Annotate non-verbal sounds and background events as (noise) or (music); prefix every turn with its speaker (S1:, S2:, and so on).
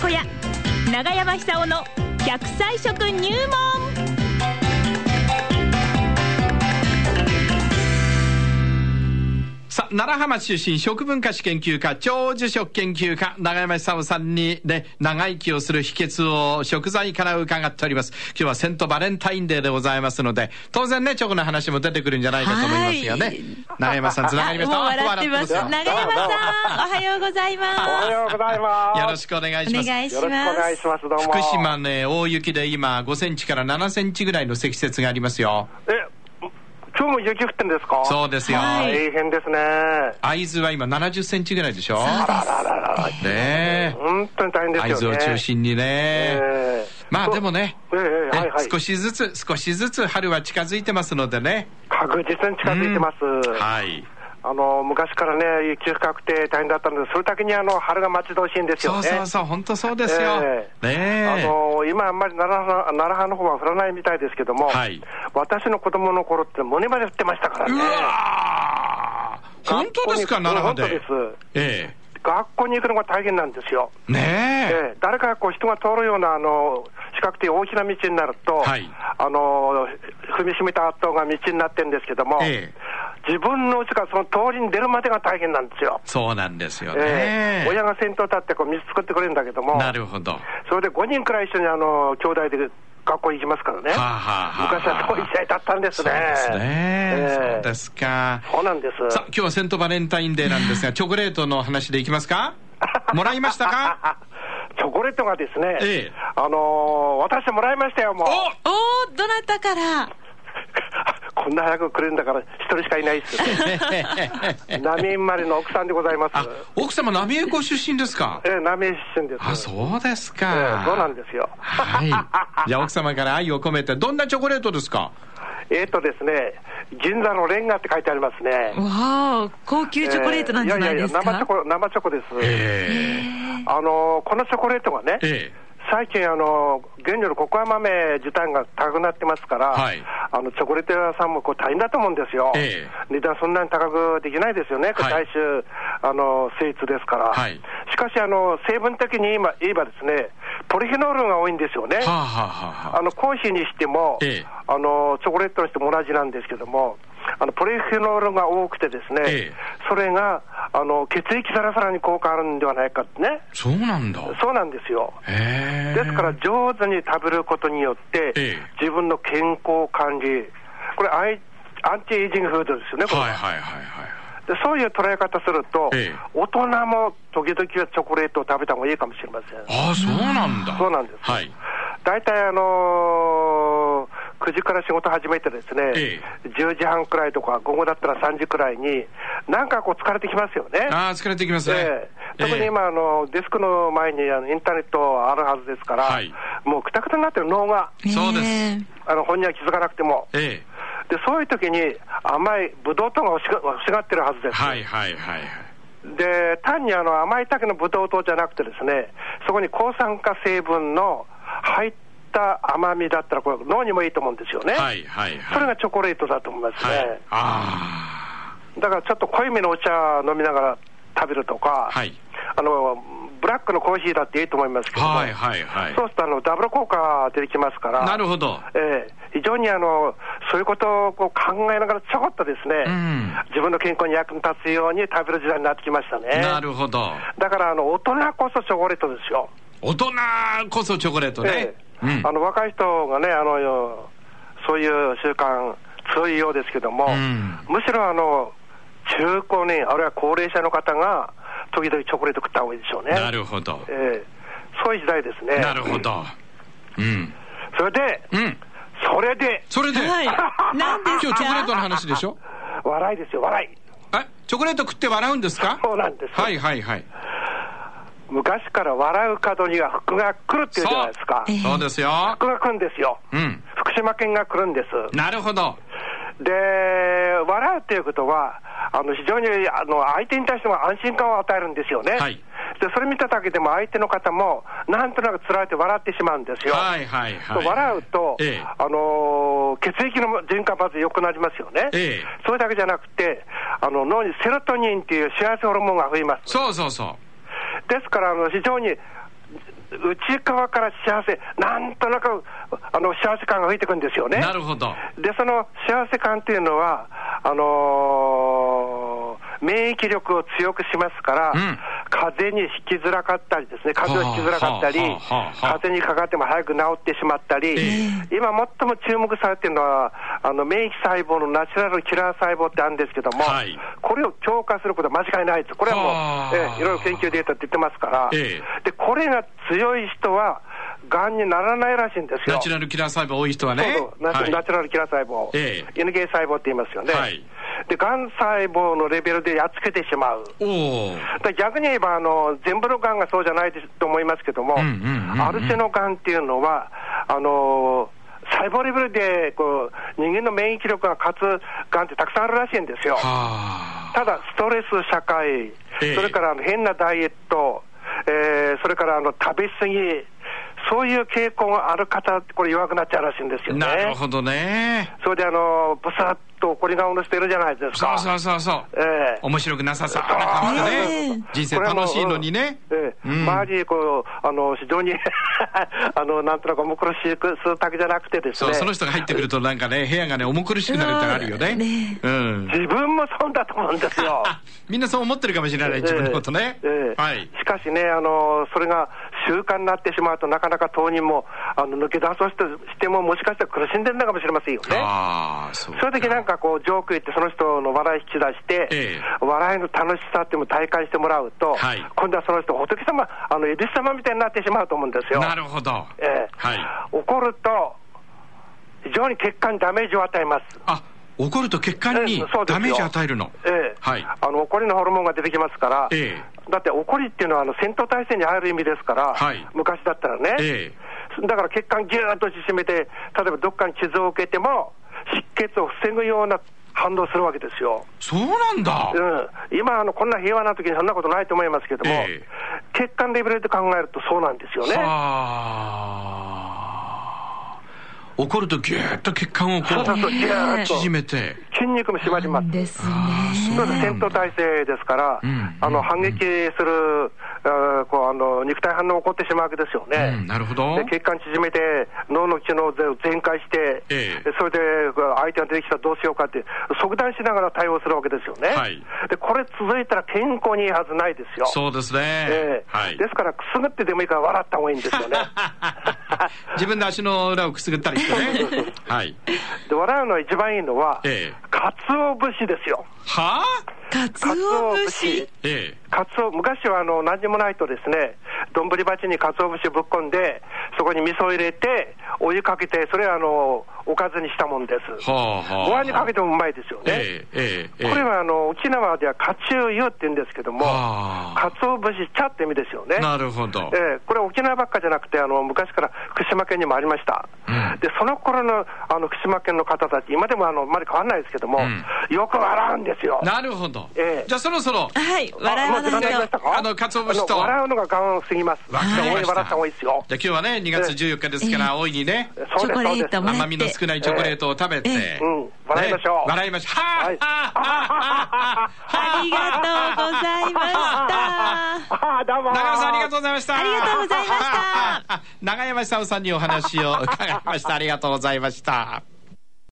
S1: 小屋長山久夫の100歳食入門
S2: さあ、奈良浜出身食文化史研究家、長寿食研究家、長山久夫さんにね、長生きをする秘訣を食材から伺っております。今日はセントバレンタインデーでございますので、当然ね、チョコの話も出てくるんじゃないかと思いますよ
S1: は
S2: ね
S1: い。
S2: 長山さん、つながりました。
S1: もう笑ってます
S2: よ
S1: 長山さんおはようござい
S3: おは
S1: ま
S3: ようございます。
S2: よろしくお願い
S1: す
S2: しま
S1: お
S2: す。
S1: 願いし
S3: よろしくお
S1: ま
S3: 願い
S1: す
S3: します。どうも。
S2: 福島ね、大雪で今、5センチから7センチぐらいの積雪がありますよ。
S3: え、今日も雪降ってんですか。
S2: そううですよ。
S1: はい
S3: 大変ですね。
S2: 会津は今70センチぐらいでしょ
S1: そうです
S3: あらららら。
S2: ね
S3: 本当に大変
S2: え。
S3: ですよね。
S2: 会津を中心にね。
S3: ええ
S2: まあでもね、
S3: ええええ
S2: ね
S3: はいはい。
S2: 少しずつ、少しずつ春は近づいてますのでね。
S3: 確実に近づいてます。
S2: はい。
S3: あの、昔からね、雪深くて大変だったので、それだけにあの、春が待ち遠しいんです
S2: そ
S3: よ
S2: う
S3: ね。
S2: そうそう、本当そうですよ。ね
S3: えあ
S2: え。
S3: の今、あんまり奈良派奈良派の方は降らないみたいですけども、
S2: はい
S3: 私の子供の頃って、胸まで降ってましたからね
S2: う、わー本当ですか、
S3: 学校に
S2: 奈良派で
S3: 本。当です
S2: え
S3: 学校に行くのが大変なんですよ。
S2: え。ねえ。
S3: ええ、誰かがこう人が通るようなあの四角くて大きな道になると、
S2: はい
S3: あの踏みしめた跡が道になってるんですけども、
S2: ええ
S3: 自分の家からその通りに出るまでが大変なんですよ。
S2: そうなんですよ
S3: え
S2: ね
S3: え。親が先頭立ってこう水作ってくれるんだけども、
S2: なるほど。は
S3: それで5人くらい一緒にあの兄弟で学校行きますからね、
S2: あはあはあ
S3: 昔はそういう時代だったんです
S2: そう
S3: ね。
S2: ですね。
S3: ええ
S2: そうですか。
S3: そうなんです。
S2: さあ、今日はセントバレンタインデーなん
S3: (laughs)
S2: ですが、チョコレートの話でいきますかもらいました
S3: (laughs)
S2: か
S3: チョコレートがですね、
S2: ええ
S3: あの私もらいましたよ、も
S2: お
S3: う。
S1: おおどなたから
S3: こんな早く来るんだから、一人しかいないで
S2: (laughs)
S3: す。浪江生まれの奥さんでございます
S2: あ。、奥様、浪江ご出身ですか
S3: ええ、浪江出身です。
S2: あ、そうです
S3: え
S2: か
S3: え。そうなんですよ。 (laughs)
S2: はい。じゃあ、奥様から愛を込めて、どんなチョコレートですか
S3: えっとですね、銀座のレンガって書いてありますね。
S1: わあ高級チョコレートなんじゃないですか、
S3: ええやいや、生チョコ、生チョコです。
S2: え
S3: あのこのチョコレートがね
S2: え、ええ。
S3: 最近、あの原料のココア豆自体が高くなってますから、
S2: はい
S3: あのチョコレート屋さんもこう大変だと思うんですよ、
S2: え
S3: 値段そんなに高くできないですよね、これ
S2: はい
S3: 大衆、あのスイーツですから、
S2: はい
S3: しかしあの、成分的に今言えばですね、ポリフェノールが多いんですよね。
S2: はあはあは
S3: あのコーヒーにしても、
S2: ええ
S3: あのチョコレートにしても同じなんですけども、あのポリフェノールが多くてですね、
S2: ええ
S3: それがあの血液サラサラに効果あるんではないかってね、
S2: あ。そうなんだ。
S3: そうなんですよ。
S2: へえ。
S3: ですから、上手に食べることによって、
S2: ええ
S3: 自分の健康管理、これアイ、アンチエイジングフードですよね、これ
S2: はいはいはいはい。
S3: でそういう捉え方すると、
S2: ええ
S3: 大人も時々はチョコレートを食べた方がいいかもしれません。
S2: ああ、そうなんだ。
S3: そうなんです
S2: はい。
S3: 大体、あのー9時から仕事始めてですね、
S2: え
S3: 10時半くらいとか、午後だったら3時くらいに、なんかこう疲れてきますよね。
S2: ああ、疲れてきますね。
S3: ええ特
S2: え
S3: に
S2: え
S3: 今、あのデスクの前にあのインターネットあるはずですから、
S2: はい
S3: もうくたくたになってる脳が、
S2: そうです
S1: え
S3: あの本には気づかなくても、
S2: ええ。
S3: でそういう時に甘いブドウ糖が欲しが欲しがってるはずです、
S2: はいはいはいはい。
S3: で単にあの甘いだけのブドウ糖じゃなくて、ですねそこに抗酸化成分の入った甘みだったら、これ、脳にもいいと思うんですよね。
S2: はいはいはい。
S3: それがチョコレートだと思いますね、
S2: はい。あ
S3: だからちょっと濃いめのお茶飲みながら食べるとか、
S2: あ。はい。
S3: あのブラックのコーヒーだっていいと思いますけども、
S2: はいはいはい。
S3: そうするとあのダブル効果出てきますから、
S2: なるほど。
S3: ええ非常にあのそういうことをこう考えながら、ちょこっとですね、
S2: うん
S3: 自分の健康に役に立つように食べる時代になってきましたね。
S2: なるほど。
S3: だからあの大人こそチョコレートですよ、
S2: 大人こそチョコレートね
S3: え。え
S2: うん
S3: あ。の若い人がねあの、そういう習慣、強いようですけども、
S2: うん
S3: むしろあの中高年、あるいは高齢者の方が、時々チョコレート食った方がいいでしょうね。
S2: なるほど。
S3: ええそういう時代ですね。
S2: なるほど。うん。
S3: それで、
S2: うん。
S3: それで、
S2: それで、
S1: えはい
S2: 今
S1: 何で
S2: 日チ
S1: す
S2: ョコレートの
S1: か
S2: 話でしょ
S3: 笑いですよ、笑い。
S2: えチョコレート食って笑うんですか
S3: そうなんです。
S2: はいはいはい。
S3: 昔から笑う角には福が来るっていうじゃないですか。
S1: ええ
S2: そうですよ。
S3: 福が来るんですよ。
S2: うん。
S3: 福島県が来るんです。
S2: なるほど。
S3: で、笑うっていうことは、あの非常にあの相手に対しても安心感を与えるんですよね。
S2: はい
S3: でそれ見ただけでも相手の方も、なんとなくつられて笑ってしまうんですよ。
S2: はいはいはい。
S3: 笑うと、
S2: ええ
S3: あのー血液の循環まず良くなりますよね、
S2: ええ
S3: それだけじゃなくてあの、脳にセロトニンっていう幸せホルモンが増えます、
S2: そうそうそう。
S3: ですからあの非常に内側から幸せ、なんとなくあの幸せ感が増えてくるんですよね。
S2: なるほど。
S3: で、その幸せ感というのは、あのー免疫力を強くしますから、
S2: うん
S3: 風邪に引きづらかったりですね、風邪を引きづらかったり、
S2: はあはあはあはあ
S3: 風邪にかかっても早く治ってしまったり、
S2: え
S3: 今最も注目されているのは、あの免疫細胞のナチュラルキラー細胞ってあるんですけども、
S2: はい
S3: これを強化することは間違いないです。これはもう、
S2: はあ
S3: ええいろいろ研究データって言ってますから、
S2: え
S3: で、これが強い人は、がんにならないらしいんですよ。
S2: ナチュラルキラー細胞多い人はね。
S3: そうそうナチュ、
S2: はい
S3: ナチュラルキラー細胞、
S2: え
S3: NK 細胞って言いますよね、
S2: はい
S3: で、がん細胞のレベルでやっつけてしまう。
S2: おお。
S3: だ逆に言えばあの、全部のがんがそうじゃないですと思いますけども、
S2: うんうんうんうん
S3: アルシェのがんっていうのは、あの細胞レベルでこう人間の免疫力が勝つがんってたくさんあるらしいんですよ。
S2: はあ。
S3: ただ、ストレス社会、
S2: ええ
S3: それからあの変なダイエット、えーそれからあの食べ過ぎ、そういう傾向がある方、これ弱くなっちゃうらしいんですよね。
S2: なるほどね。
S3: それであの、ぶさっと怒り顔の人いるじゃないです
S2: そ
S3: か。
S2: うそうそうそう。
S3: ええ
S2: 面白くなさそうな顔で
S3: え
S2: ね
S3: え。
S2: 人生楽しいのにね。
S3: これはもううんええ
S2: うん
S3: 周りにこう、あの、非常に、 (laughs) あの、なんとなく重苦しくするだけじゃなくてです
S2: そう、
S3: ね。
S2: その人が入ってくるとなんかね、部屋がね、重苦しくなるってあるよね。うん。
S3: 自分もそうだと思うんですよ。
S2: (laughs) あ、みんなそう思ってるかもしれない、自分のことね
S3: えええ。え
S2: はい。
S3: しかしね、あの、それが習慣になってしまうと、なかなか当人も、あの、抜け出そうとしても、もしかしたら苦しんでるのかもしれませんよね。
S2: ああ、そう。
S3: そういう時なんかこう、ジョーク言って、その人の笑い引き出して、
S2: ええ
S3: 笑いの楽しさっていうのを体感してもらうと、
S2: はい
S3: 今度はその人、仏様、あの、恵比寿様みたいになってしまうと思うんですよ。
S2: なるほど。
S3: ええ
S2: はい。
S3: 怒ると、非常に血管にダメージを与えます。
S2: あ、怒ると血管
S3: え
S2: に
S3: えそうですよ
S2: ダメージ与えるの。
S3: ええ
S2: はい。
S3: あの怒りのホルモンが出てきますから、
S2: え
S3: だって怒りっていうのはあの戦闘態勢に入る意味ですから、
S2: はい
S3: 昔だったらね、
S2: え
S3: だから血管ぎゅーっと縮めて、例えばどっかに傷を受けても、出血を防ぐような反応するわけですよ。
S2: そうなんだ。
S3: うん、今あの、こんな平和な時にそんなことないと思いますけども、
S2: ええ
S3: 血管レベルで考えるとそうなんですよね。
S2: はあ。怒るとぎゅーっと血管をこ
S3: そうそうそう、
S2: う、
S3: ぎゅーっと、
S2: 縮めて。
S3: 筋肉も締まります。
S4: です
S2: あー
S4: ね。
S3: そうです戦闘態勢ですから、
S2: ん
S3: あの反撃する、あーこうあの肉体反応が起こってしまうわけですよ
S2: うん、
S3: ね。
S2: なるほど
S3: で。血管縮めて、脳の機能を全開して、
S2: ええ
S3: それで相手が出てきたらどうしようかって、即断しながら対応するわけですよね、
S2: はい
S3: でこれ続いたら健康にいいはずないですよ、
S2: そうですね
S3: ええ。
S2: はい
S3: で。すから、くすぐってでもいいから笑った方がいいんですよね。
S2: (laughs) 自分で足の裏をくすぐったりしてね。はい。
S3: で笑うのは一番いいのは、
S2: ええ
S3: かつお節ですよ。
S2: はあ
S4: かつお節。
S2: ええ。
S3: かつお、昔はあの、何にもないとですね、丼鉢にかつお節ぶっこんで、そこに味噌を入れて、お湯かけて、それはあの、おかずにしたもんです。
S2: はあはあ。
S3: ご飯にかけてもうまいですよね。
S2: ええ、ええ、ええ。
S3: これはあの、沖縄ではかちゅうゆって言うんですけども、
S2: はあ
S3: かつお節茶って意味ですよね。
S2: なるほど。
S3: (laughs) ええこれは沖縄ばっかじゃなくて、あの昔から福島県にもありました、でその頃のあの福島県の方たち、今でもあのあんまり変わらないですけども、
S2: う
S3: よく笑うんですよ。
S2: なるほど
S3: ええ。
S2: じゃあそろそろ、
S4: はい、
S3: あ
S4: 笑わ
S3: もう時間になり
S4: な
S3: ま
S4: い
S3: した
S4: と。
S3: か
S2: あの鰹節と
S3: あの笑うのが我慢すぎます。
S2: わかりました
S3: 応援笑った方がいいですよ。
S2: じゃあ今日はね、2月14日ですから、大いにね、
S3: そ
S4: チ
S3: うで
S4: ョ
S3: す
S4: コレート
S3: そう
S4: もらって。
S2: 甘みの少ないチョコレートを食べ
S4: え
S2: て
S4: え、
S3: うん笑いましょう
S2: ね笑いましょう。は
S3: は
S4: (laughs)
S2: ぁ
S3: い
S2: はぁは
S4: ありがとうございました。
S3: です (laughs) ああ、どうも。
S2: 長山さんありがとうございました。
S4: ありがとうございました
S2: (laughs) 。長山久夫さんにお話を伺いました。ありがとうございました。